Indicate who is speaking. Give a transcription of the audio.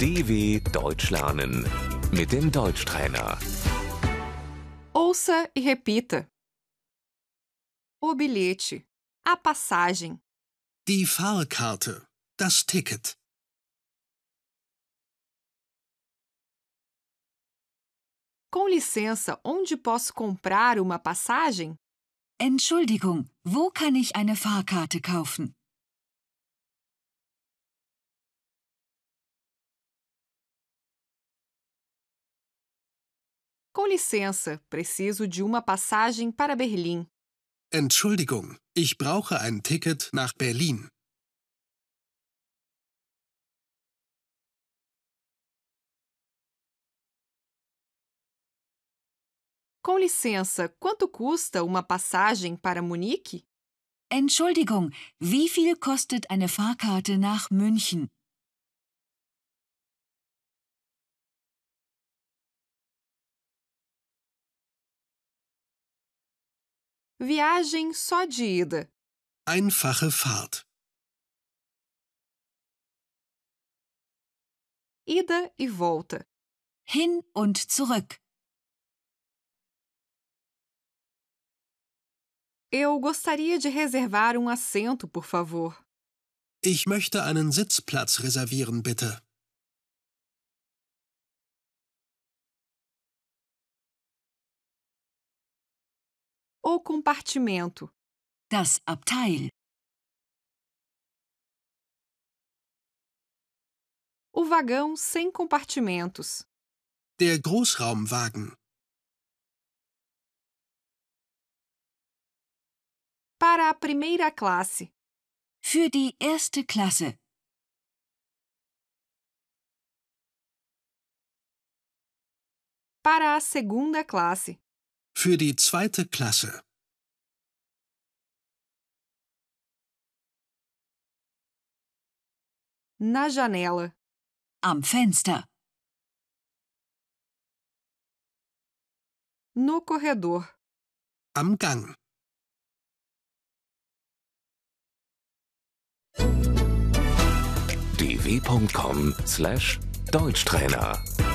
Speaker 1: DW Deutsch lernen mit dem Deutschtrainer.
Speaker 2: Ouça e repita. O bilhete. A passagem.
Speaker 3: Die Fahrkarte. Das Ticket.
Speaker 2: Com licença, onde posso comprar uma passagem?
Speaker 4: Entschuldigung, wo kann ich eine Fahrkarte kaufen?
Speaker 2: Com licença, preciso de uma passagem para Berlim.
Speaker 3: Entschuldigung, ich brauche ein Ticket nach Berlin.
Speaker 2: Com licença, quanto custa uma passagem para Munique?
Speaker 4: Entschuldigung, wie viel kostet eine Fahrkarte nach München?
Speaker 2: Viagem só de ida.
Speaker 3: Einfache Fahrt.
Speaker 2: Ida e volta.
Speaker 4: Hin und zurück.
Speaker 2: Eu gostaria de reservar um assento, por favor.
Speaker 3: Ich möchte einen Sitzplatz reservieren, bitte.
Speaker 2: O compartimento.
Speaker 4: Das Abteil.
Speaker 2: O vagão sem compartimentos.
Speaker 3: Der Großraumwagen.
Speaker 2: Para a primeira classe.
Speaker 4: Für die erste Klasse.
Speaker 2: Para a segunda classe.
Speaker 3: Für die zweite Klasse.
Speaker 2: Na janela.
Speaker 4: Am Fenster.
Speaker 2: No corredor.
Speaker 3: Am Gang.
Speaker 1: dw.com/deutschtrainer